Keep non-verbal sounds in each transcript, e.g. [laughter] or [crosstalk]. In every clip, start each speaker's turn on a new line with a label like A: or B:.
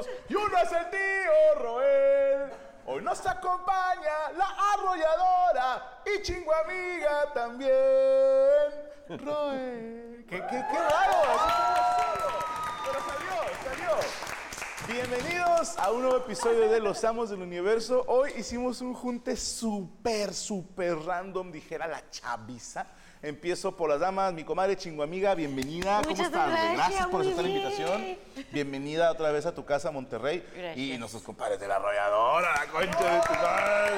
A: es el tío Roel. Hoy nos acompaña la arrolladora y chingo amiga también. Roel. ¿Qué, qué, qué raro? Eso salió, Pero salió, salió. Bienvenidos a un nuevo episodio de Los Amos del Universo. Hoy hicimos un junte súper, súper random, dijera la chaviza. Empiezo por las damas, mi comadre chingo amiga, bienvenida. ¿Cómo
B: Muchas
A: estás?
B: gracias,
A: Gracias por
B: muy
A: aceptar la
B: bien.
A: invitación. Bienvenida otra vez a tu casa, Monterrey.
B: Gracias.
A: Y nuestros compadres de la arrolladora, la concha de tu madre.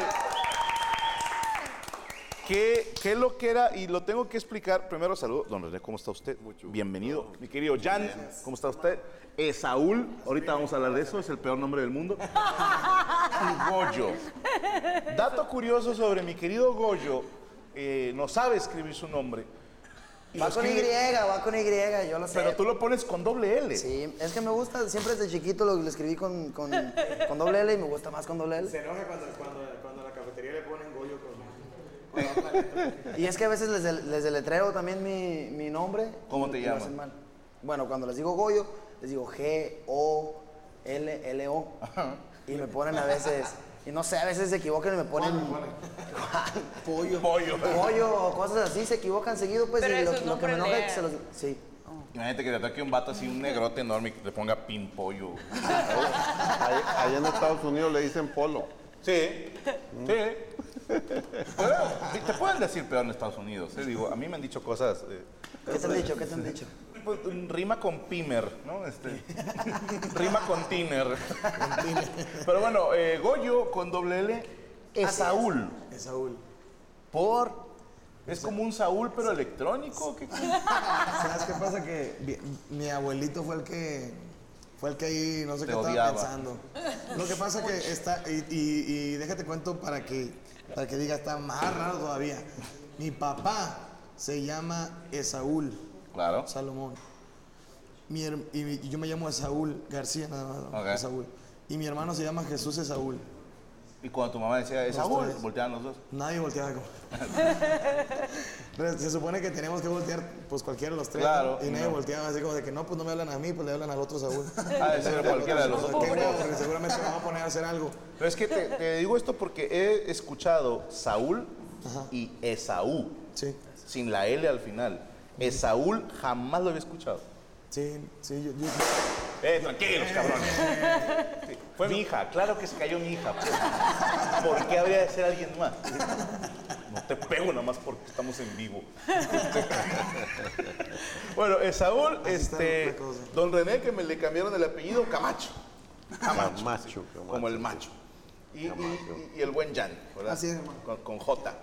A: ¿Qué, qué lo que era? Y lo tengo que explicar. Primero, saludo. Don René, ¿cómo está usted? Bienvenido. Mi querido Jan, ¿cómo está usted? Eh, Saúl, ahorita vamos a hablar de eso, es el peor nombre del mundo. Y Goyo. Dato curioso sobre mi querido Goyo, eh, no sabe escribir su nombre. Y
C: Va
A: lo
C: con Y,
A: escribe-
C: va con Y, yo lo sé.
A: Pero tú lo pones con doble L.
C: Sí, es que me gusta, siempre desde chiquito lo, lo escribí con, con, con doble L y me gusta más con doble
D: Se
C: L.
D: enoja cuando, cuando, cuando a la cafetería le ponen Goyo con...
C: Y es que a veces les, del- les deletreo también mi, mi nombre.
A: ¿Cómo te
C: y lo
A: llamas?
C: hacen mal. Bueno, cuando les digo Goyo, les digo G-O-L-L-O. Y me ponen a veces, y no sé, a veces se equivocan y me ponen... Juan, Pollo.
A: Pollo.
C: Pollo o cosas así, se equivocan seguido, pues,
B: Pero
C: y lo,
B: eso es
C: lo
B: no
C: que me enoja es que se los...
B: aprender.
C: Sí.
A: Imagínate que te ataque un vato así, un negrote enorme y que te ponga pin pollo.
E: Allá, allá en Estados Unidos le dicen polo.
A: Sí, sí. Pero, te pueden decir peor en Estados Unidos. eh, Digo, a mí me han dicho cosas. eh,
C: ¿Qué te han dicho? ¿Qué te han dicho?
A: pues, rima con pimer, ¿no? Este, [laughs] rima con tiner. Pero bueno, eh, Goyo con doble L es Saúl.
F: Eh,
C: Es Saúl.
A: Por. Es como un Saúl, pero electrónico. ¿qué cosa?
F: ¿Sabes qué pasa? Que vi- mi abuelito fue el que. Fue el que ahí, no sé
A: Te
F: qué
A: odiaba.
F: estaba pensando. Lo que pasa que está. Y, y- y déjate cuento para que, para que diga, está más raro todavía. Mi papá se llama Esaúl
A: Claro.
F: Salomón. Mi her- y, mi- y yo me llamo Esaúl García, nada más.
A: Ok.
F: Esaúl. Y mi hermano se llama Jesús Esaúl.
A: Y cuando tu mamá decía, es
F: Los
A: Saúl,
F: tres.
A: volteaban los dos.
F: Nadie volteaba como. Pero se supone que tenemos que voltear, pues cualquiera de los tres.
A: Claro,
F: ¿no? Y nadie
A: no.
F: volteaba así como de que no, pues no me hablan a mí, pues le hablan al otro
A: [laughs]
F: Saúl.
A: Ah, de ser cualquiera de los dos.
F: Qué huevo, porque seguramente me van a poner a hacer algo.
A: Pero es que te, te digo esto porque he escuchado Saúl
F: Ajá.
A: y Esaú,
F: Sí,
A: sin la L al final. Esaúl jamás lo había escuchado.
F: sí, sí. Yo, yo-
A: Eh, tranquilos, cabrones. Sí, Fue mi hija, claro que se cayó mi hija. pues. ¿Por qué habría de ser alguien más? No te pego nada más porque estamos en vivo. bueno, eh, Saúl,
F: Así está
A: este,
F: la cosa.
A: don René, que me le cambiaron el apellido, Camacho. Camacho.
E: Camacho,
A: sí,
E: Camacho,
A: Como el
E: sí.
A: macho. Y, y-
E: Camacho.
A: y- y el buen Jan, ¿verdad?
F: Así es, hermano.
A: Con, con J.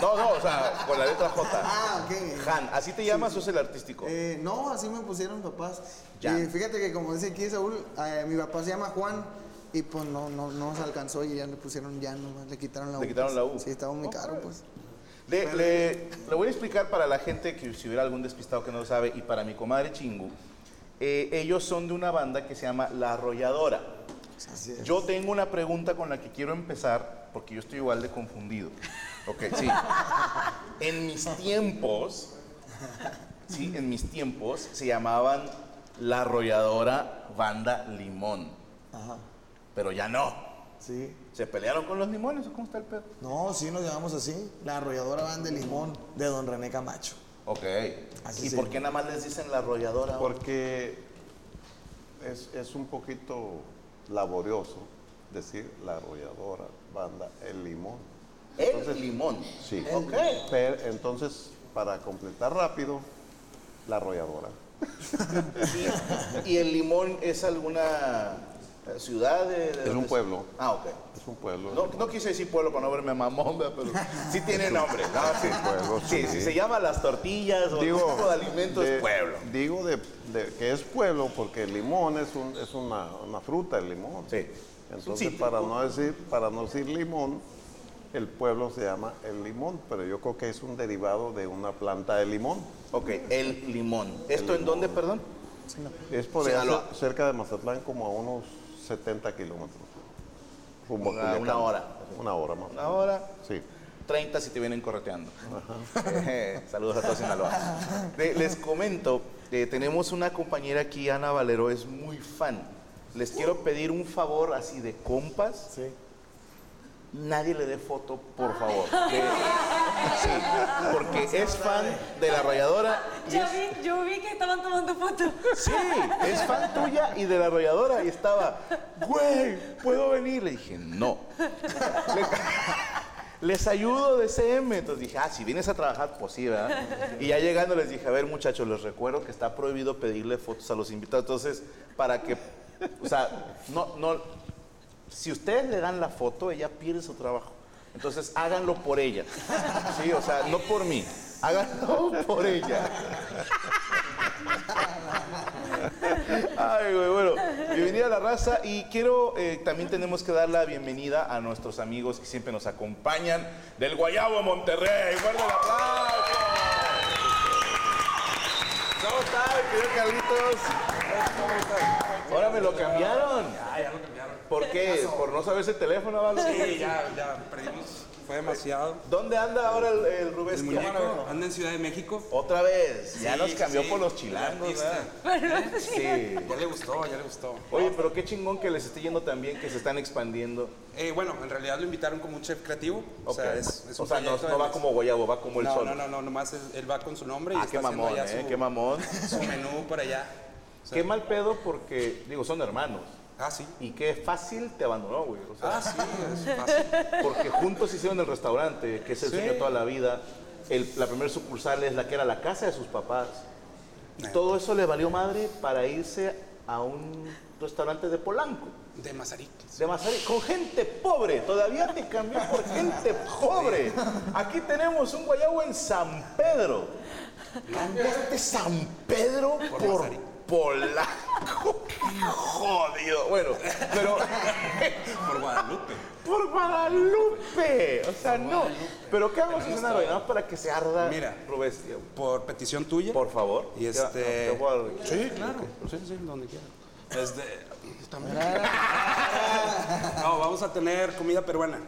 A: No, no, o sea, con la letra J.
F: [laughs] Ah, ok.
A: Jan, ¿así te llamas o es el artístico?
F: Eh, no, así me pusieron papás.
A: Ya.
F: Y fíjate que como dice aquí Saúl, eh, mi papá se llama Juan y pues no, no, no se alcanzó y ya le pusieron ya nomás, le quitaron la
A: Le quitaron la U.
F: Sí, estaba muy
A: Ok.
F: caro, pues.
A: Le, le- le voy a explicar para la gente que si hubiera algún despistado que no lo sabe y para mi comadre Chingu, eh, ellos son de una banda que se llama La Arrolladora.
F: Así es.
A: Yo tengo una pregunta con la que quiero empezar porque yo estoy igual de confundido. Ok, sí. En mis tiempos, sí, en mis tiempos se llamaban La Arrolladora Banda Limón.
F: Ajá,
A: Pero ya no.
F: sí.
A: ¿Se pelearon con los limones o cómo está el pedo?
F: No, sí nos llamamos así. La arrolladora van de limón de don René Camacho.
A: Ok.
F: Así
A: ¿Y
F: se
A: por qué nada más les dicen La Arrolladora? ahora?
E: Porque es, es un poquito laborioso decir la arrolladora, banda, el limón.
A: El limón.
E: Sí.
A: Ok.
E: Pero, entonces, para completar rápido, la arrolladora.
A: Y, y el limón es alguna eh, ciudad de, de
E: Es
A: dónde
E: un pueblo.
A: Ah, ok.
E: Es un pueblo.
A: No, no quise decir pueblo para no verme mamón, ¿verdad? pero sí [laughs] tiene nombre. ¿no? Sí.
E: pueblo,
A: Sí,
E: sí.
A: Si se llama las tortillas o el tipo de alimentos,
E: de-
A: es pueblo.
E: Digo de, de que es pueblo porque el limón es, un- es una, una fruta, el limón.
A: Sí. Un
E: Entonces,
A: cítrico.
E: para no, decir, para no decir limón, el pueblo se llama el limón, pero yo creo que es un derivado de una planta de limón.
A: Ok, el limón. ¿Esto en dónde, perdón?
E: Es por allá
A: Sinaloa.
E: cer- cerca de Mazatlán, como a unos 70 kilómetros. Rumbo a
A: Una- una
E: Culiacán.
A: hora.
E: Una hora más.
A: Una hora.
E: Sí.
A: 30 si te vienen correteando. [laughs] Eh, Saludos a todos Sinaloa. Le- les comento, eh, tenemos una compañera aquí, Ana Valero, es muy fan les quiero pedir un favor así de compas.
F: Sí.
A: Nadie le dé foto, por favor. De- sí, porque es fan de la rayadora. y
B: Yo
A: es-
B: vi, yo vi que estaban tomando fotos.
A: Sí, es fan tuya y de la arrolladora. Y estaba, güey, ¿puedo venir? Le dije, no. Le- les ayudo de CM. Entonces dije, ah, si vienes a trabajar, pues sí, ¿verdad? Y ya llegando les dije, a ver, muchachos, les recuerdo que está prohibido pedirle fotos a los invitados. Entonces, para que, o sea, no, no, si ustedes le dan la foto, ella pierde su trabajo. Entonces, háganlo por ella. Sí, o sea, no por mí. Háganlo por ella. Ay, güey, bueno, bienvenida a la raza y quiero, eh, también tenemos que dar la bienvenida a nuestros amigos que siempre nos acompañan del Guayabo a Monterrey. ¡Fuerte el aplauso! ¿Cómo estás, querido Carlitos? Ahora me lo cambiaron.
G: Ah, ya lo cambiaron.
A: ¿Por qué? ¿Por no saberse el teléfono, Valo?
G: Sí, ya, ya perdimos. Fue demasiado.
A: ¿Dónde anda ahora el, el Rubén?
G: El muñeco anda en Ciudad de México.
A: Otra vez. Ya
G: Sí,
A: nos cambió
G: sí,
A: por los
G: el
A: chilangos,
G: artista.
A: ¿verdad?
B: Pero
A: Sí.
G: Ya le gustó, ya le gustó.
A: Oye, pero qué chingón que les esté yendo tan bien, que se están expandiendo.
G: Eh, bueno, en realidad lo invitaron como un chef creativo. O sea,
A: Ok.
G: es, es
A: O
G: un
A: sea, no,
G: proyecto
A: no
G: de
A: va
G: mes.
A: como guayabo, va como el
G: no,
A: sol.
G: no, no, no, nomás es- él va con su nombre y
A: Ah,
G: está
A: qué
G: haciendo
A: mamón,
G: ya
A: eh,
G: su,
A: qué mamón.
G: su menú por allá. O sea,
A: Qué mal pedo porque, digo, son hermanos.
G: Ah, sí.
A: Y qué fácil te abandonó, güey. O sea,
G: Ah, sí, es fácil.
A: porque juntos hicieron el restaurante, que es el
G: Ah. Sí.
A: sueño de toda la vida. El- la primera sucursal es la que era la casa de sus papás. Y todo eso le valió madre para irse a un restaurante de Polanco.
G: De Mazarik.
A: De Mazarik, con gente pobre. Todavía te cambió por [laughs] gente pobre. Aquí tenemos un guayabo en San Pedro. Cambiaste San Pedro por,
G: Por Mazarik.
A: [laughs] Polanco. Jodido. Bueno, pero
G: [laughs] Por Guadalupe.
A: por Guadalupe. O sea, no. Pero ¿qué vamos a cenar hoy? Nada más para que se arda
G: Mira.
A: Rubés.
G: Por petición tuya.
A: Por favor.
G: Y este-
A: Te voy a dar de-
G: Sí, claro. Sí, sí, donde quiera. Desde. También. [laughs] No, vamos a tener comida peruana.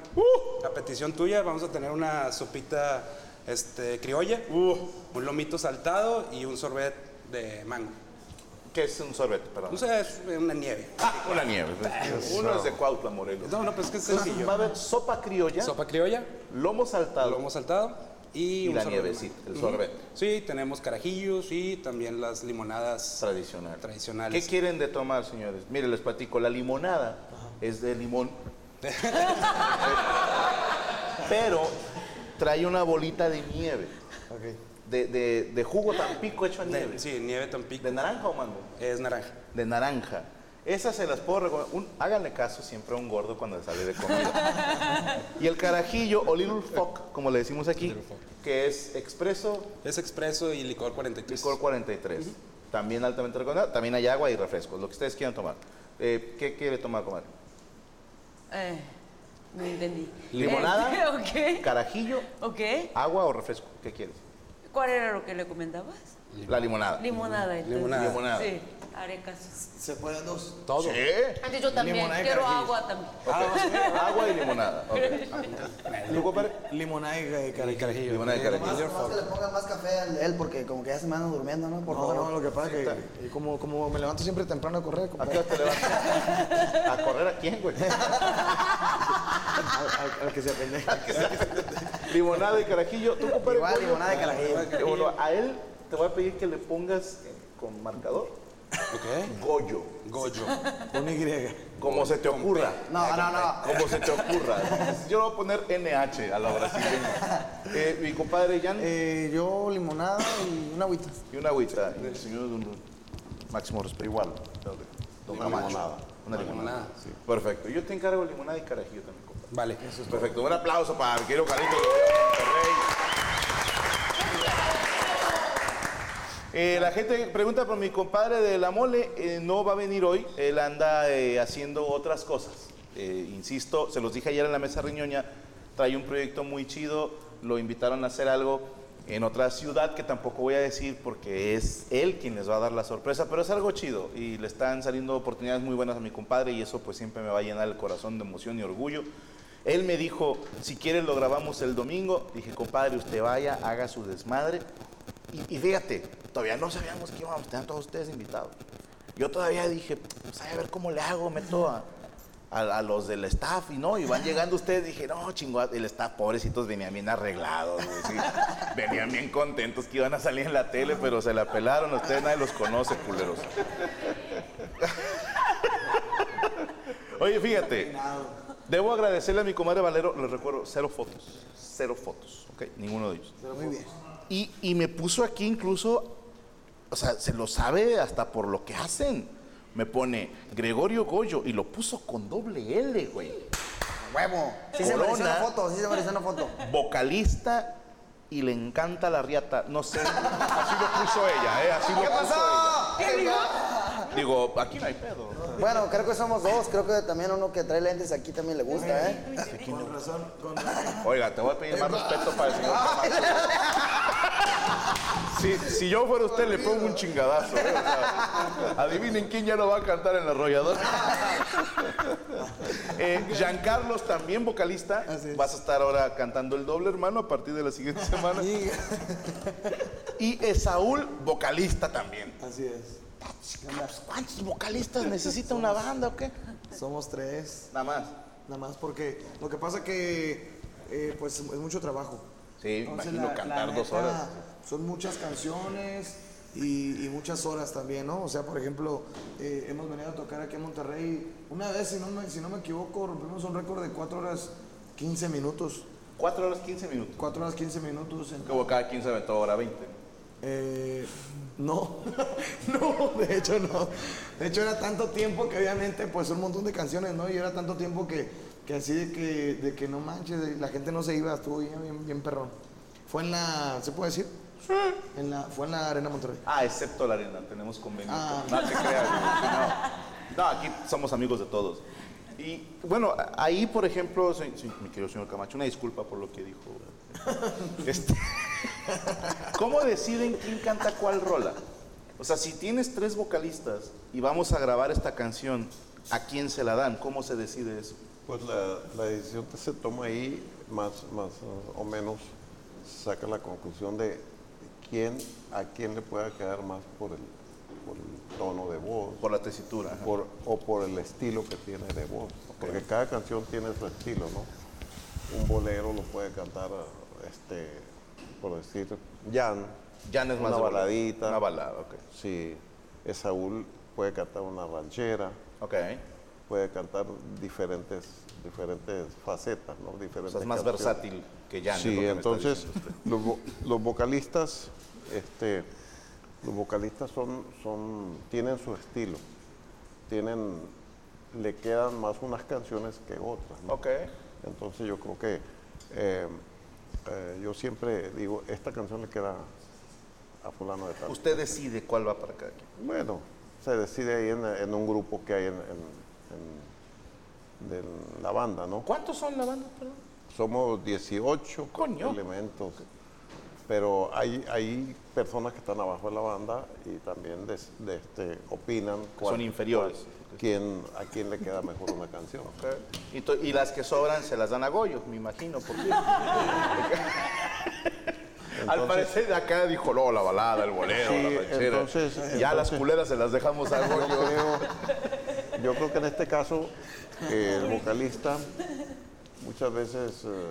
G: A petición tuya, vamos a tener una sopita este, criolla, un lomito saltado y un sorbet de mango.
A: ¿Qué es un sorbete? Perdón.
G: No sé, es una nieve.
A: Ah, una nieve. Uno es de Cuautla, Morelos.
G: No, no, pues es que es
A: Entonces, va a
G: sencillo.
A: haber sopa criolla,
G: Sopa criolla,
A: lomo saltado.
G: lomo saltado y,
A: Y
G: un
A: la
G: sorbet de
A: nievecita,
G: mango.
A: el
G: Ujú.
A: sorbet.
G: Sí, tenemos carajillos y también las limonadas.
A: Tradicional.
G: Tradicionales.
A: ¿Qué quieren de tomar, señores? Mire, les platico, la limonada es de
G: [laughs]
A: limón. pero trae una bolita de nieve. De, de- de jugo tampico hecho a
G: De-
A: nieve.
G: sí, nieve tampico.
A: ¿De naranja o mango?
G: Es naranja.
A: De naranja. Esas se las puedo recomendar. Un- háganle caso siempre a un gordo cuando sale de comida.
G: [laughs]
A: y el carajillo, o little fuck, como le decimos aquí, que es expreso,
G: Es expreso y licor 43.
A: Licor 43. También altamente recomendado. También hay agua y refrescos, lo que ustedes quieran tomar. Eh, ¿Qué quiere tomar, comadre?
B: Eh, no entendí.
A: ¿Limonada?
B: Eh, [laughs] ok.
A: ¿Carajillo?
B: Ok.
A: ¿Agua o refresco? ¿Qué quieres?
B: ¿Cuál era lo que le comentabas?
A: La limonada.
B: Limonada. entonces.
G: Limonada.
A: Limonada.
B: Sí, haré caso.
F: Se pueden dos.
G: Todo.
A: Sí.
B: Antes yo también
F: Limonada y
B: quiero
F: carajillos.
B: agua también.
A: Ok. Agua y limonada. ok. ¿Tú, compadre?
F: Limonada y eh, carajillo.
A: Limonada y carajillo.
C: Más, más que le pongan más café al de él, porque como que ya se me anda durmiendo, ¿no? Por
F: No,
C: favor.
F: no, lo que pasa es que y como, como me levanto siempre temprano a correr,
A: ¿A
F: compadre,
A: qué hora te levantas? ¿A correr a quién, güey? [laughs]
F: al, al- al que se aprende.
A: Limonada y carajillo. ¿Tú, compadre?
C: Igual,
A: pollo?
C: limonada de carajillo.
A: Bueno, a él te voy a pedir que le pongas eh, con marcador
G: Ok.
A: Goyo.
G: Goyo.
F: Una Y.
A: Como se te ocurra.
C: No, no, no.
A: Como se te ocurra. Yo le voy a poner NH a la brasileña. Eh, mi compadre Jan
F: Eh, yo limonada y una agüita.
A: y una agüita. Y el señor un, un- máximo respeto. Igual. Una limonada. Una limonada.
G: Limonada.
A: Sí. Perfecto. Yo te encargo de limonada y carajillo también, compadre.
G: Vale.
A: Perfecto. Un aplauso para el querido Carlito. Eh, la gente pregunta por mi compadre de la mole, eh, no va a venir hoy, él anda eh, haciendo otras cosas. Eh, insisto, se los dije ayer en la mesa riñoña, trae un proyecto muy chido, lo invitaron a hacer algo en otra ciudad que tampoco voy a decir porque es él quien les va a dar la sorpresa, pero es algo chido y le están saliendo oportunidades muy buenas a mi compadre y eso pues siempre me va a llenar el corazón de emoción y orgullo. Él me dijo, si quieres lo grabamos el domingo, dije, compadre, usted vaya, haga su desmadre, y, y fíjate, todavía no sabíamos que íbamos a tener a todos ustedes invitados. Yo todavía dije, pues, ay, a ver cómo le hago, meto a, a- a los del staff y no, y van llegando ustedes. Dije, no, chingada, el staff, pobrecitos, venían bien arreglados, güey, sí. venían bien contentos que iban a salir en la tele, pero se la pelaron. Ustedes nadie los conoce, culeros. [laughs] Oye, fíjate, debo agradecerle a mi comadre Valero, les recuerdo, cero fotos, cero fotos, ¿ok? Ninguno de ellos.
F: Muy bien.
A: Y, y me puso aquí incluso, o sea, se lo sabe hasta por lo que hacen. Me pone Gregorio Goyo y lo puso con doble L, güey.
C: Huevo. Sí se
A: Corona.
C: pareció una foto, sí se pareció una foto.
A: Vocalista y le encanta la riata. No sé, así lo puso ella, ¿eh? Así lo
C: ¿Qué
A: puso
C: pasó?
A: ella. Digo, aquí no hay pedo.
C: Bueno, creo que somos dos. Creo que también uno que trae lentes aquí también le gusta, ¿eh?
F: Con razón, [laughs] con
A: Oiga, te voy a pedir más respeto para el señor Camacho. Si, si yo fuera usted, le pongo un chingadazo. ¿eh? O sea, adivinen quién ya no va a cantar en la
F: [laughs]
A: arrolladora. Eh, Giancarlos, también vocalista.
F: Así es.
A: Vas a estar ahora cantando el doble, hermano, a partir de la siguiente semana.
F: Y-
A: Y Esaúl, vocalista también.
F: Así es.
A: ¿Cuántos vocalistas necesita una banda o qué?
F: Somos tres.
A: Nada más.
F: Nada más porque lo que pasa que eh, pues es mucho trabajo.
A: Sí,
F: Entonces,
A: imagino
F: la-
A: cantar
F: la
A: dos
F: neta,
A: horas.
F: Son muchas canciones y, y muchas horas también, ¿no? O sea, por ejemplo, eh, hemos venido a tocar aquí en Monterrey. Una vez, si no me, si no me equivoco, rompimos un récord de 4 horas 15 minutos.
A: Cuatro horas, quince minutos.
F: 4 horas 15 minutos. en-
A: Como cada quien se aventó hora veinte.
F: eh, no, [laughs] no, de hecho no. De hecho era tanto tiempo que obviamente pues un montón de canciones, ¿no? Y era tanto tiempo que, que así de que, de que no manches, de- la gente no se iba, estuvo bien, bien, bien perrón. Fue en la, ¿se puede decir? Sí. En la, fue en la Arena Monterrey.
A: Ah, excepto la arena, tenemos convenio.
F: Ah.
A: No te creas. güey, No. No, aquí somos amigos de todos. Y bueno, a- ahí, por ejemplo, se- se- mi querido señor Camacho, una disculpa por lo que dijo. Este, ¿Cómo deciden quién canta cuál rola? O sea, si tienes tres vocalistas y vamos a grabar esta canción, ¿a quién se la dan? ¿Cómo se decide eso?
E: Pues la, la decisión que se toma ahí, más, más o menos, se saca la conclusión de quién, a quién le pueda quedar más por el, por el tono de voz
A: Por la tesitura. ajá.
E: por- o por el estilo que tiene de voz. Porque cada canción tiene su estilo, ¿no? Un bolero lo puede cantar, este, por decir, Jan.
A: Jan es más
E: una
A: de bolero.
E: baladita.
A: Una balada, ok.
E: Sí, Esaúl puede cantar una ranchera
A: Ok.
E: puede cantar diferentes, diferentes facetas, ¿no? Diferentes
A: O sea, es más
E: canciones.
A: versátil que Jan. es lo
E: Sí,
A: que me está
E: entonces
A: diciendo usted.
E: los, vo- los vocalistas, este, los vocalistas son, son, tienen su estilo, tienen, le quedan más unas canciones que otras. ¿no?
A: Ok.
E: Entonces yo creo que eh, eh, yo siempre digo, esta canción le queda a fulano de tal.
A: Usted decide cuál va para cada quien.
E: Bueno, se decide ahí en, en un grupo que hay en, en- en- de la banda, ¿no?
A: ¿Cuántos son la banda, perdón?
E: Somos 18
A: Coño.
E: elementos. Pero hay, hay personas que están abajo de la banda y también des- de este, opinan.
A: son inferiores.
E: cuál- quién- a quién le queda mejor una canción.
A: Y, to- y las que sobran se las dan a Goyo, me imagino. Porque...
E: [laughs]
A: Al
E: Entonces-
A: parecer de acá dijo, no, la balada, el bolero,
E: Sí,
A: la ranchera.
E: entonces-
A: ya las culeras se las dejamos a
E: Yo
A: Goyo.
E: creo, yo creo que en este caso eh, el vocalista, muchas veces eh,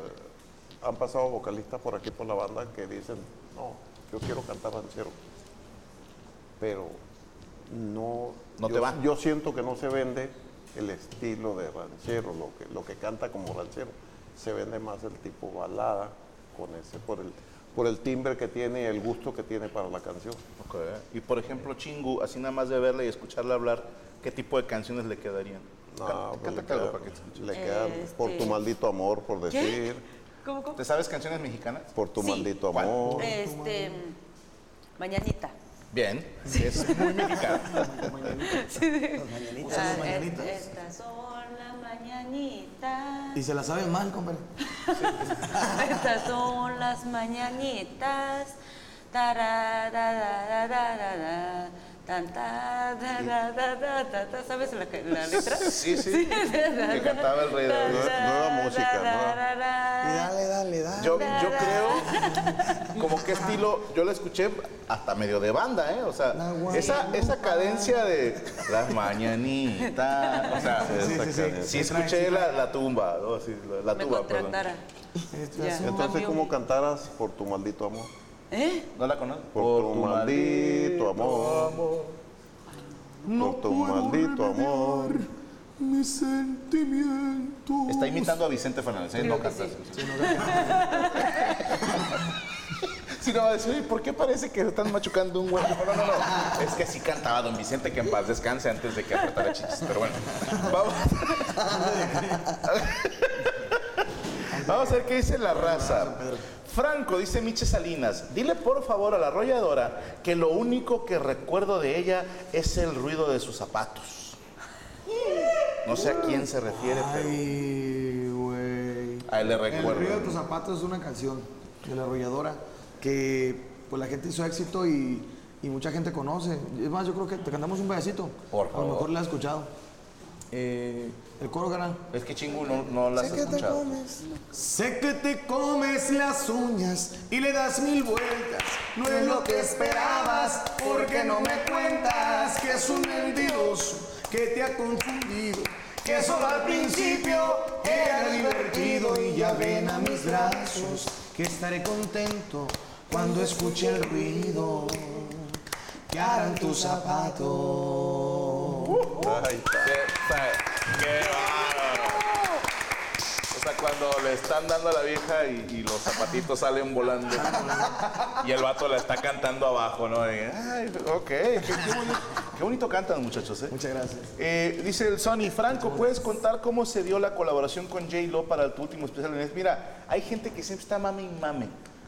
E: han pasado vocalistas por aquí por la banda que dicen, no, yo quiero cantar ranchero, pero no,
A: No
E: yo,
A: te va.
E: yo siento que no se vende el estilo de ranchero, lo que, lo que canta como ranchero, se vende más el tipo balada con ese por el por el timbre que tiene y el gusto que tiene para la canción.
A: Ok. Y por ejemplo, Chingu, así nada más de verla y escucharla hablar, ¿qué tipo de canciones le quedarían?
E: No,
A: Canta-
E: pues le
A: cántate algo
E: queda-
A: para que te escuche.
E: Le queda
B: Este-
E: por tu maldito amor, por decir.
B: ¿Cómo, cómo?
A: ¿Te sabes canciones mexicanas?
E: Por tu
B: Sí.
E: maldito
A: ¿Cuál?
E: amor.
B: Este, mañanita.
A: Bien, es muy mexicana.
B: Ah, es- Estas son las mañanitas.
F: Y se la sabe mal, compadre.
B: Estas son las mañanitas. Tarararararara, Tan, ta, ta, ta, ta, ta, ta, ta. ¿Sabes la, que- la letra?
A: Sí, sí. Que cantaba el rey David.
E: Nueva
B: Ah.
E: música,
F: Y dale, dale, dale.
A: Yo, yo creo, como que estilo, yo la escuché hasta medio de banda, ¿eh? O sea, esa, esa cadencia de las mañanitas, o sea,
E: Esa
F: sí, sí.
E: cadena.
A: sí escuché la, la tumba, ¿no? Sí, la- la,
B: Me
A: tuba, perdón.
B: contratara. Ya.
E: Entonces, ¿cómo cantarás por tu maldito amor?
B: ¿Eh?
A: ¿No la conoces?
E: Por, tu, maldito amor. por tu maldito amor.
F: Mis sentimientos.
A: Está imitando a Vicente Fernández, ¿eh? No
B: Creo que
A: cantas. [laughs] Si no va a decir, "Oye, ¿por qué parece que están machucando un huevo? No, no, no. Es que así cantaba don Vicente, que en paz descanse antes de que apretara chichis. Pero bueno, vamos. Vamos a ver qué dice la raza. Franco, dice Miche Salinas, dile por favor a la arrolladora que lo único que recuerdo de ella es el ruido de sus zapatos. No sé a quién se refiere, pero
F: Ay, güey.
A: a él le
F: El
A: recuerdo.
F: Río de tus Zapatos es una canción de la arrolladora que pues la gente hizo éxito y, y mucha gente conoce. Es más, yo creo que te cantamos un pedacito.
A: Por
F: A
A: favor.
F: lo mejor la has escuchado. Eh, el coro gana.
A: Es que chingo, no, no las he escuchado.
F: Sé que te comes las uñas y le das mil vueltas. No es lo que esperabas, porque no me cuentas que es un mentiroso que te ha confundido. Que solo al principio era divertido y ya ven a mis brazos que estaré contento cuando escuche el ruido que harán tus zapatos.
A: Qué- o sea, qué bárbaro. O sea, cuando le están dando a la vieja y, y los zapatitos salen volando. y el vato la está cantando abajo, ¿no? Y, ay, ok. Qué, qué bonito, qué bonito cantan, muchachos, ¿eh?
F: Muchas gracias.
A: Eh, dice el Sony, Franco, ¿puedes contar cómo se dio la colaboración con J-Lo para tu último especial de Nes? Mira, hay gente que siempre está mame y mame.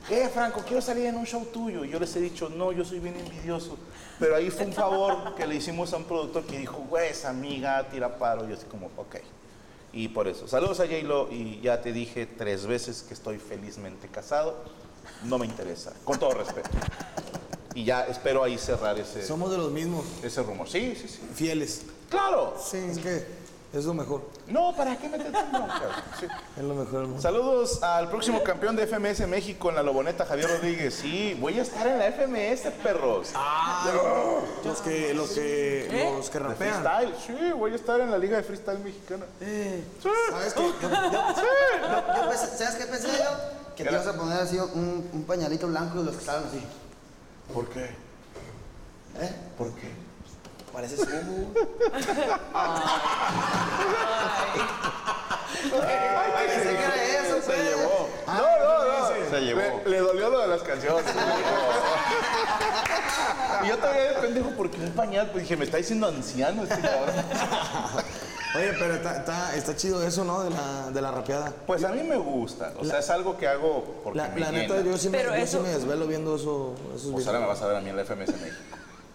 A: Eh, Franco, quiero salir en un show tuyo. Y Yo les he dicho, no, yo soy bien envidioso. Pero ahí fue un favor que le hicimos a un productor que dijo, güey, esa amiga, tira paro. Y yo así como, ok. Y por eso, saludos a J-Lo y ya te dije tres veces que estoy felizmente casado. No me interesa, con todo respeto. Y ya espero ahí cerrar ese,
F: Somos de los mismos,
A: ese rumor. Sí, sí, sí.
F: fieles.
A: ¡Claro!
F: Sí, es que es lo mejor.
A: No, ¿para qué meterte en broncas? [laughs] Sí.
F: Es lo mejor del mundo.
A: Saludos al próximo campeón de FMS México en la Loboneta, Javier Rodríguez. Sí, voy a estar en la FMS, perros.
F: Los que, los que,
B: ¿Eh?
F: los que rapean.
A: freestyle, sí, voy a estar en la Liga de Freestyle Mexicana. Sí.
C: ¿Sabes qué? Yo- yo- yo pensé- ¿Sabes qué pensé yo? Que te ibas a poner así un, un pañalito blanco y los que salen así.
A: ¿Por qué?
C: ¿Eh?
A: ¿Por qué?
C: Pareces humo. Pensé que era eso,
A: Se
C: pues.
A: llevó. No, no, no.
E: Se llevó.
A: Ah, Le, le dolió lo de las canciones. [laughs] y yo todavía de pendejo porque un pañal, pues dije, me está diciendo anciano este cabrón.
F: Oye, pero está, está, está chido eso, ¿no? De la, de la rapeada.
A: Pues a mí me gusta. O sea, es algo que hago porque
F: La,
A: me
F: la
A: llena.
F: neta, yo sí, me,
B: Pero
F: yo sí
B: eso-
F: me desvelo viendo eso, esos
A: Pues
F: videos.
A: ahora me vas a ver a mí en la FMS México.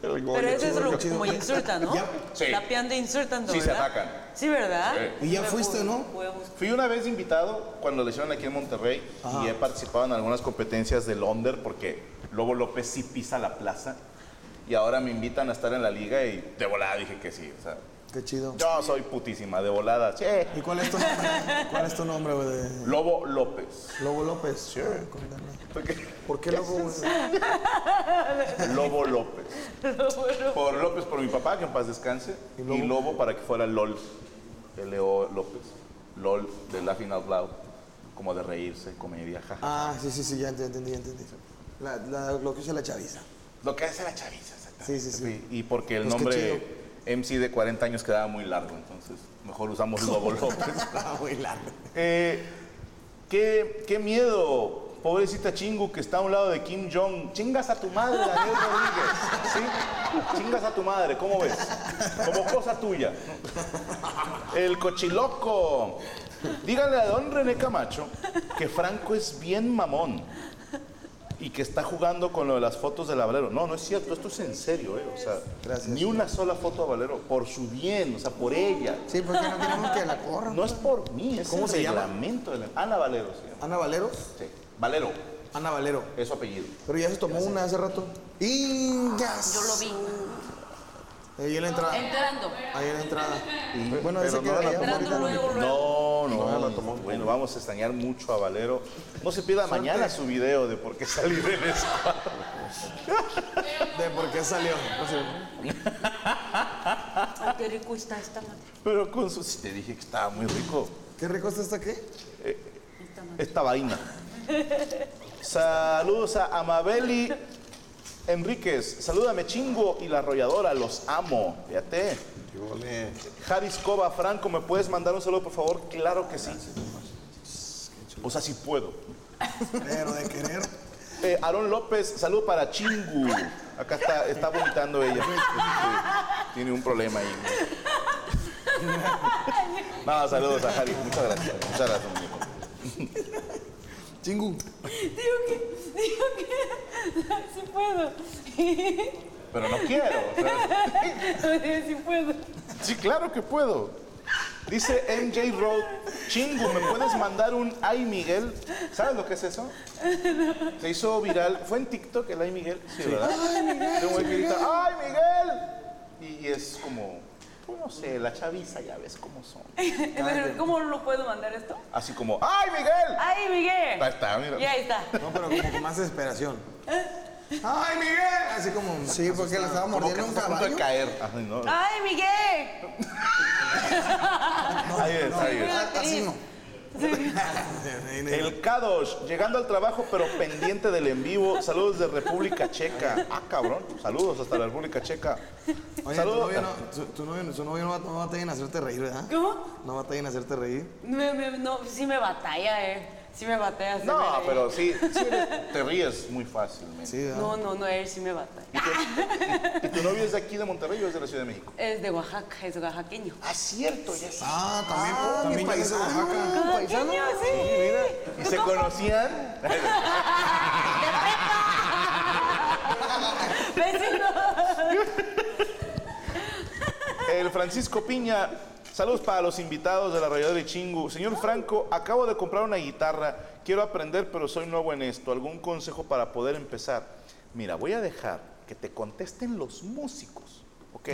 B: Pero eso es lo,
F: chido.
B: como insulta, ¿no?
A: Sí.
B: Tapeando e insultando,
A: Sí, se
B: ¿verdad?
A: atacan.
B: Sí, ¿verdad?
F: Y ya
B: Voy a
F: fuiste,
B: bus-
F: ¿no?
B: voy a buscar.
A: Fui una vez invitado cuando lo hicieron aquí en Monterrey y he participado en algunas competencias del Onder porque Lobo López sí pisa la plaza y ahora me invitan a estar en la liga y de volada dije que sí. O sea,
F: Qué chido.
A: yo soy putísima, de volada. Sí.
F: ¿Y cuál es tu nombre? ¿Cuál es tu nombre, güey? de-
A: Lobo López.
F: Lobo López. Ah, cuéntame. ¿Por qué Lobo, güey?
A: Lobo López. Por López, por mi papá, que en paz descanse. ¿Y Lobo, para que fuera LOL. L.O. López. LOL de Laughing Out Loud. Como de reírse, comedia, jaja.
F: Ah, sí, sí, sí, ya entendí, ya entendí. La, la- lo que usa la chaviza.
A: Lo que hace la chaviza, exactamente.
F: Sí, sí, sí.
A: Y porque el
F: Pues qué
A: nombre MC de 40 años quedaba muy largo, entonces mejor usamos
F: [laughs]
A: Lobo López.
F: Ah, güey, largo.
A: Eh, qué, qué miedo, pobrecita Chingu, que está a un lado de Kim Jong. Chingas a tu madre, Daniel Rodríguez. ¿Sí? Chingas a tu madre, ¿cómo ves? Como cosa tuya. El cochiloco. Díganle a don René Camacho que Franco es bien mamón y que está jugando con lo de las fotos del Valero. No, no es cierto, esto es en serio, ¿eh? O sea, ni una sola foto a Valero, por su bien, o sea, por ella.
F: Sí, porque no queremos que la corran.
A: No es por mí, es
F: ¿Cómo
A: el
F: se llama?
A: reglamento de la- Ana Valero se llama.
F: Ana Valeros.
A: Sí. Valero,
F: Ana Valero.
A: es su apellido.
F: Pero ya se tomó una hace rato. ¡Ingas!
B: Yo lo vi.
F: Ahí en la entrada.
H: Entrando.
F: Ahí en la entrada. bueno,
E: pero
F: ese
E: no
F: queda
E: la
F: allá,
E: tomó
F: ahorita
H: Entrando
F: no.
H: luego, luego.
A: No, no,
E: No, la tomó.
A: Bueno, vamos a extrañar mucho a Valero. No se pierda mañana su video de por qué salí del spa.
F: De por qué salió. O sea,
H: Ay, qué rico está esta madre.
A: Pero con su... Si te dije que estaba muy rico.
F: ¿Qué rico está esta qué?
A: Esta vaina. Saludos a Amabeli Enríquez. Salúdame chingo y la arrolladora. Los amo. Fíjate. Jaris Cova, Franco, ¿me puedes mandar un saludo, por favor? Claro que sí. O sea, sí puedo.
F: Pero de querer.
A: Eh, Aarón López, saludo para Chingu. Acá está, está vomitando ella. Este, tiene un problema ahí. No, saludos a Jaris. Muchas gracias. Muchas gracias, muñeco.
F: Chingu.
H: Digo que, digo que, [laughs] sí puedo.
A: Pero no quiero. o sea,
H: sí puedo.
A: Sí, claro que puedo. Dice MJ Road, chingo, ¿me puedes mandar un ay Miguel? ¿Sabes lo que es eso? Se hizo viral, fue en TikTok el ay Miguel, sí, ¿verdad? De un güey que grita, ¡ay Miguel! Y, y es como, pues, no sé, la chaviza ya ves cómo son.
H: Pero, ¿cómo lo puedo mandar esto?
A: Así como, ¡ay Miguel!
H: ¡Ay, Miguel!
A: Ahí está, mira.
H: Y ahí está.
F: No, pero como con más desesperación. ¡Ay, Miguel! Así como.
C: Sí, porque la estaba
A: Como que
C: mordiendo un
A: está a punto de
C: caballo.
A: caer. Ah. Ay, no.
H: ¡Ay, Miguel!
A: Ahí es, ahí es.
F: Ah,
C: Así
F: [laughs]
C: no.
A: El Kadosh, llegando al trabajo pero pendiente del en vivo. Saludos de República Checa. Ah, cabrón. Saludos hasta la República Checa.
F: Oye, tu
A: Saludos.
F: novio, no, su, tu novio, su novio no, va, no batalla en hacerte reír, ¿verdad?
H: ¿Cómo?
F: No batalla en hacerte reír.
H: Me- me- no, sí me batalla, eh. Sí me batalla. sí me
A: No,
H: reí.
A: pero sí, sí eres- te ríes muy fácilmente.
F: Sí, ¿verdad?
H: No, no, no, él sí me batalla.
A: ¿Y tu novio es de aquí de Monterrey o es de la Ciudad de México?
H: Es de Oaxaca, es oaxaqueño.
A: Ah, cierto, ya sé.
F: Ah, también, también
C: mi
F: es de
C: paisano.
F: Oaxaca.
A: Ah,
H: ¡Oaxaqueño, sí!
A: ¿Y se conocían? [laughs]
H: ¡Vecino! Ah,
A: El Francisco Piña. Saludos para los invitados de la Rayadora de Chingu. Señor Franco, acabo de comprar una guitarra. Quiero aprender, pero soy nuevo en esto. ¿Algún consejo para poder empezar? Mira, voy a dejar que te contesten los músicos, ¿ok?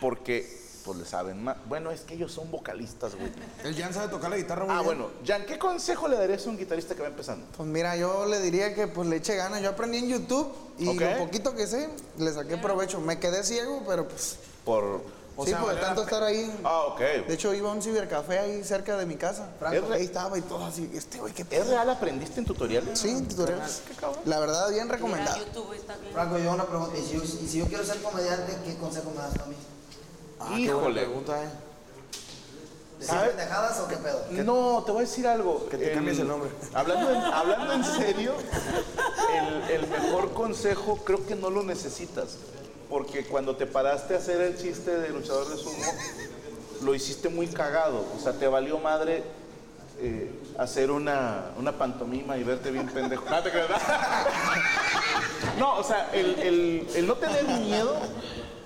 A: Porque, pues le saben más. Bueno, es que ellos son vocalistas, güey.
F: El Jan sabe tocar la guitarra muy
A: Ah,
F: bien.
A: bueno. Jan, ¿qué consejo le darías a un guitarrista que va empezando?
C: Pues mira, yo le diría que pues le eche ganas. Yo aprendí en YouTube y
A: Ok.
C: lo poquito que sé, le saqué provecho. Me quedé ciego, pero pues.
A: Por...
F: O
C: sí,
F: sea,
C: por
F: valió la
C: tanto
F: pe-
C: estar ahí.
A: Ah, ok.
C: De hecho, iba a un cibercafé ahí cerca de mi casa.
A: Es
C: Franco,
A: re-
C: ahí estaba y todo así. Este güey, qué
A: ¿Es
C: pedo.
A: real? ¿Aprendiste en tutoriales?
C: Sí, tutoriales. La verdad, bien
H: Mira,
C: recomendado.
H: YouTube está bien.
C: Franco, yo una pregunta. ¿Y si, yo quiero ser comediante, qué consejo me das a mí?
F: Ah, qué buena
A: Híjole.
F: pregunta, eh.
C: ¿Decir pendejadas o qué pedo?
A: No, te voy a decir algo.
F: Que te cambies el nombre.
A: Hablando en, hablando en serio, el, el mejor consejo creo que no lo necesitas. Porque cuando te paraste a hacer el chiste de luchador de sumo, lo hiciste muy cagado. O sea, te valió madre eh, hacer una, una pantomima y verte bien pendejo. No, te creas, ¿no? No, o sea, el, el- el no tener miedo,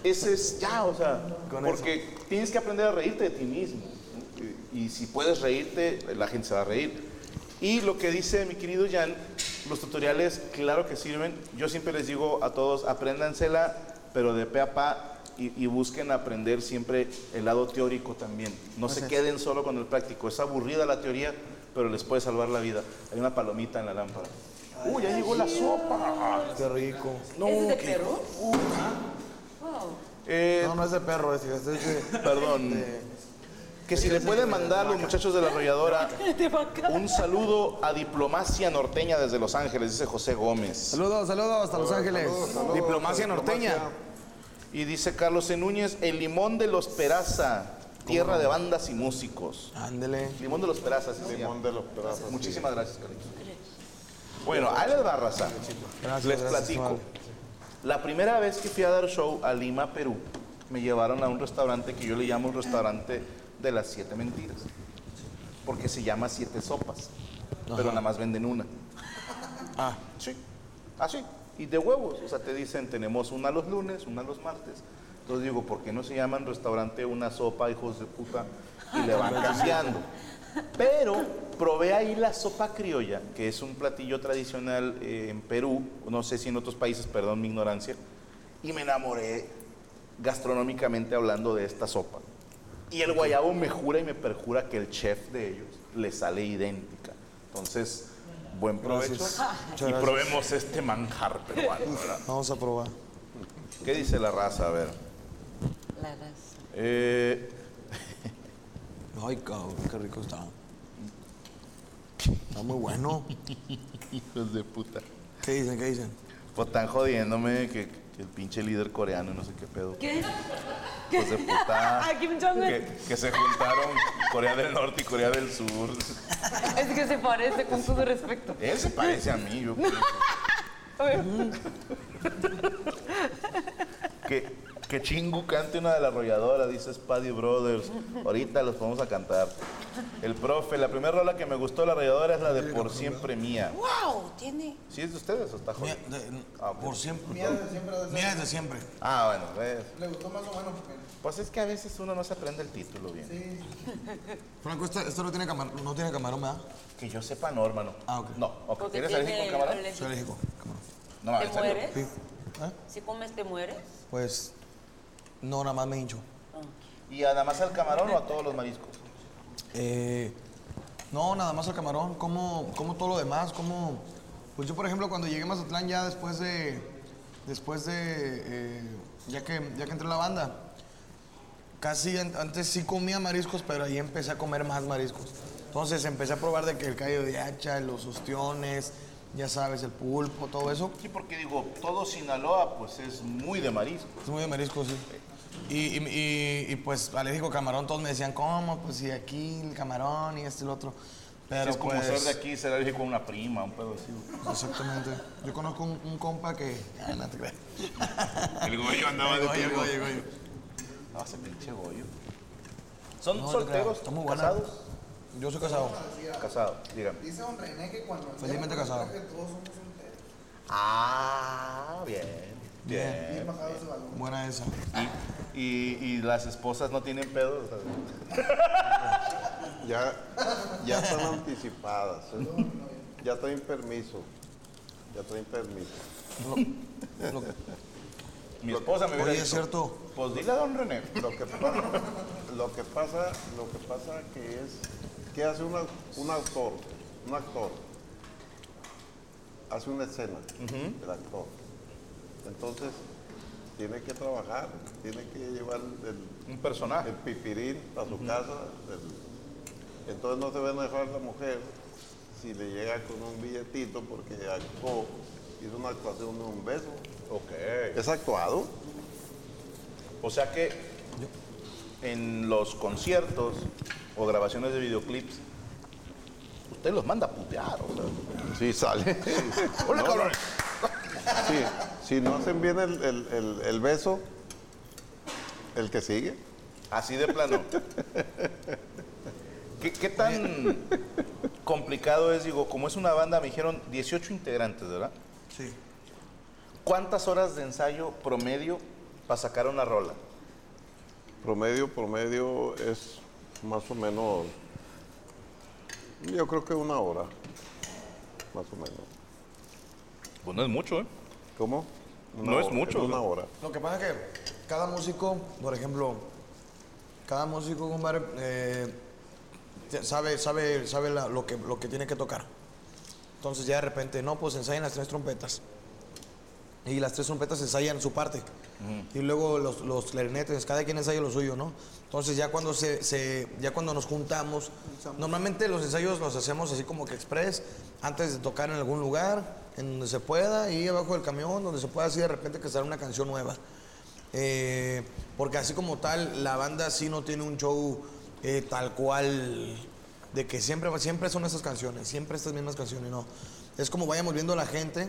A: ese es ya, o sea,
F: Con eso.
A: porque tienes que aprender a reírte de ti mismo. ¿no? Y, y si puedes reírte, la gente se va a reír. Y lo que dice mi querido Jan, los tutoriales, claro que sirven. Yo siempre les digo a todos, apréndansela, pero de pe a pa. Y, y busquen aprender siempre el lado teórico también. No se queden solo con el práctico. Es aburrida la teoría, pero les puede salvar la vida. Hay una palomita en la lámpara. ¡Uy, ya llegó la sopa!
F: Qué rico.
H: ¿Ese ¿Es de Perú? Wow.
A: Eh,
F: No, no es de perro, es es de-
A: Perdón.
E: Este,
A: Que si le pueden mandar los muchachos de la arrolladora
H: [laughs] De Oaxaca.
A: un saludo a Diplomacia Norteña desde Los Ángeles, dice José Gómez.
F: Saludos, saludos hasta Los Ángeles. Diplomacia norteña.
A: Y dice Carlos C. Núñez, el limón de los Peraza, tierra de bandas y músicos.
F: Ándele.
A: Limón de los Peraza, sí, se llama.
E: Limón de los pedazos.
A: Muchísimas gracias, Carlos. Bueno, ahí les va, raza.
F: Gracias,
A: les
F: gracias,
A: platico.
F: Juan.
A: La primera vez que fui a dar show a Lima, Perú, me llevaron a un restaurante que yo le llamo el restaurante de las siete mentiras. Porque se llama Siete Sopas. Pero nada más venden una.
F: Ah.
A: Sí. Así. Y de huevos. O sea, te dicen, tenemos una los lunes, una los martes. Entonces digo, ¿por qué no se llaman restaurante una sopa, hijos de puta? Y le van cambiando. Pero probé ahí la sopa criolla, que es un platillo tradicional eh, en Perú, no sé si en otros países, perdón mi ignorancia, y me enamoré gastronómicamente hablando de esta sopa. Y el guayabo me jura y me perjura que el chef de ellos le sale idéntica. Entonces, buen provecho. Y
F: gracias.
A: probemos este manjar peruano, ¿verdad?
F: Vamos a probar.
A: [laughs] ¿Qué dice la raza? A ver.
B: La raza.
A: Eh,
F: Ay, cabrón, qué rico está. Está muy bueno.
A: hijos de puta.
F: ¿Qué dicen? ¿Qué dicen?
A: Pues están jodiéndome que, que el pinche líder coreano, no sé qué pedo.
H: ¿Qué?
A: Hijos Pues de puta.
H: [laughs]
A: [laughs]
H: Ah, Kim Jong-un.
A: Que, que se juntaron Corea del Norte y Corea del Sur.
B: Es que se parece con todo respeto.
A: Él se parece a mí, yo [laughs] pienso. que, que chingu cante una de la arrolladora, dice Spuddy Brothers. Ahorita los vamos a cantar. El profe, la primera rola que me gustó de la arrolladora es la de Por Siempre Mía.
B: ¡Wow! Tiene.
A: ¿Sí es de ustedes o está jodido? Ah,
F: pues.
A: ok.
F: siempre.
C: siempre
F: Mira desde siempre.
A: Ah, bueno, ves.
C: le gustó más o menos.
A: Pues es que a veces uno no se aprende el título bien.
F: Franco, esto, esto no tiene camarón, no tiene camarón, ¿verdad?
A: Que yo sepa, no, hermano.
F: Ah, ok.
A: No, ok.
B: Porque
A: ¿Quieres
B: tiene
A: salir con cámara?
B: doble-
F: Soy alérgico. Camarón.
A: No, en
B: ¿Te
A: serio.
B: mueres?
F: Sí. ¿Eh?
B: Si comes, te mueres.
F: Pues, no, nada más me hincho.
A: ¿Y nada más al camarón o a todos los mariscos?
F: Eh, no, nada más el camarón, como, como todo lo demás, como... Pues yo, por ejemplo, cuando llegué a Mazatlán ya después de... Después de... eh, ya, que, ya que entré en la banda, casi an- antes sí comía mariscos, pero ahí empecé a comer más mariscos. Entonces empecé a probar de que el callo de hacha, los ostiones, ya sabes, el pulpo, todo eso.
A: Sí, porque digo, todo Sinaloa pues es muy de marisco.
F: Es muy de marisco, sí. Y, y- y- y, pues alérgico al camarón, todos me decían, ¿cómo? Pues sí, aquí el camarón y este y el otro. Pero
A: es como
F: pues,
A: ser de aquí, ser alérgico a una prima, un pedo así.
F: Exactamente. Yo conozco un, un compa que. [laughs] Ah, no te creas.
A: El goyo andaba
F: Oye, oye, oye, oye.
A: No, Ah, ese pinche goyo. ¿Son
F: No, no te
A: solteros?
F: creas, está muy buena.
A: ¿Casados?
F: Yo soy casado.
A: Casados, dígame.
C: Dice don René que cuando.
F: Felizmente casado.
A: Ah, bien. Bien.
F: Buena esa.
A: Y, y- y las esposas no tienen pedos. O sea,
E: Ya, ya están anticipadas. ¿eh? Ya traen permiso. Ya traen permiso.
F: Lo-
A: Mi esposa me hubiera
F: oye, es
A: dicho,
F: cierto.
A: Pues dile a don René.
E: Lo que, pa- lo que pasa, lo que pasa que es, ¿qué hace una- un autor? Un actor hace una escena, el actor. Entonces, tiene que trabajar, tiene que llevar el,
A: Un personaje.
E: el pipirín a su casa. el- entonces no se va a dejar la mujer si le llega con un billetito porque actuó, hizo una actuación de un beso.
A: Ok.
E: Es actuado.
A: O sea que en los conciertos o grabaciones de videoclips, usted los manda a putear. O sea. [laughs]
E: Sí, sale.
A: ¡Hola,
E: No,
A: cabrón!
E: Sí, si no hacen bien el, el- el- el beso, el que sigue.
A: Así de plano. ¿Qué, qué tan complicado es? Digo, como es una banda, me dijeron 18 integrantes, ¿verdad?
F: Sí.
A: ¿Cuántas horas de ensayo promedio para sacar una rola?
E: Promedio, promedio es más o menos, yo creo que una hora, más o menos.
A: Pues no es mucho, ¿eh?
E: ¿Cómo? Una
A: No es
E: hora,
A: mucho,
E: Una
A: ¿no?
E: hora.
F: Lo que pasa es que cada músico, por ejemplo, cada músico, compadre, eh, te- sabe, sabe, sabe la- lo, que, lo que tiene que tocar. Entonces ya de repente, no, pues ensayan las tres trompetas. Y las tres trompetas ensayan su parte. Y luego los, los clarinetes, cada quien ensaya lo suyo, ¿no? Entonces ya cuando, se, se- ya cuando nos juntamos, normalmente los ensayos los hacemos así como que express, antes de tocar en algún lugar, en donde se pueda, y abajo del camión, donde se pueda así de repente que sale una canción nueva. Eh, porque así como tal, la banda sí no tiene un show eh, tal cual de que siempre, siempre son esas canciones, siempre estas mismas canciones, no. Es como vayamos viendo a la gente.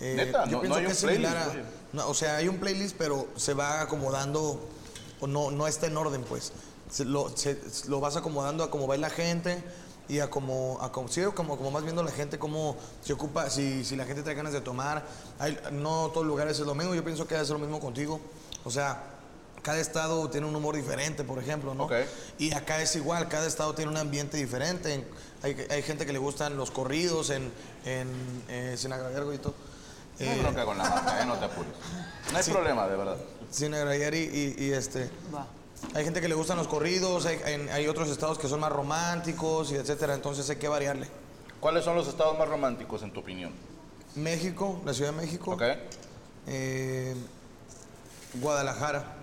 F: eh,
A: Neta,
F: yo
A: no-
F: pienso
A: no hay
F: que
A: un
F: es similar
A: playlist,
F: a-
A: oye.
F: no, o sea, hay un playlist, pero se va acomodando, o no, no está en orden, pues. Se- lo, se- lo vas acomodando a cómo va la gente y a cómo, a cómo, sí, o como, como más viendo la gente, cómo se ocupa, si, si la gente trae ganas de tomar. Hay- no todos los lugares es lo mismo, yo pienso que debe ser lo mismo contigo. O sea, cada estado tiene un humor diferente, por ejemplo, ¿no?
A: Ok.
F: Y acá es igual, cada estado tiene un ambiente diferente. En- Hay, hay gente que le gustan los corridos en, en eh, sin agregar, güey, y todo. Eh,
A: No creo que con la marca, ¿eh? No te apures. No hay problema, de verdad.
F: Cine Grayer y, y- y, este.
B: Va.
F: Hay gente que le gustan los corridos, hay, en- hay otros estados que son más románticos y etcétera. Entonces hay que variarle.
A: ¿Cuáles son los estados más románticos en tu opinión?
F: México, la Ciudad de México.
A: ¿Ok?
F: eh, Guadalajara.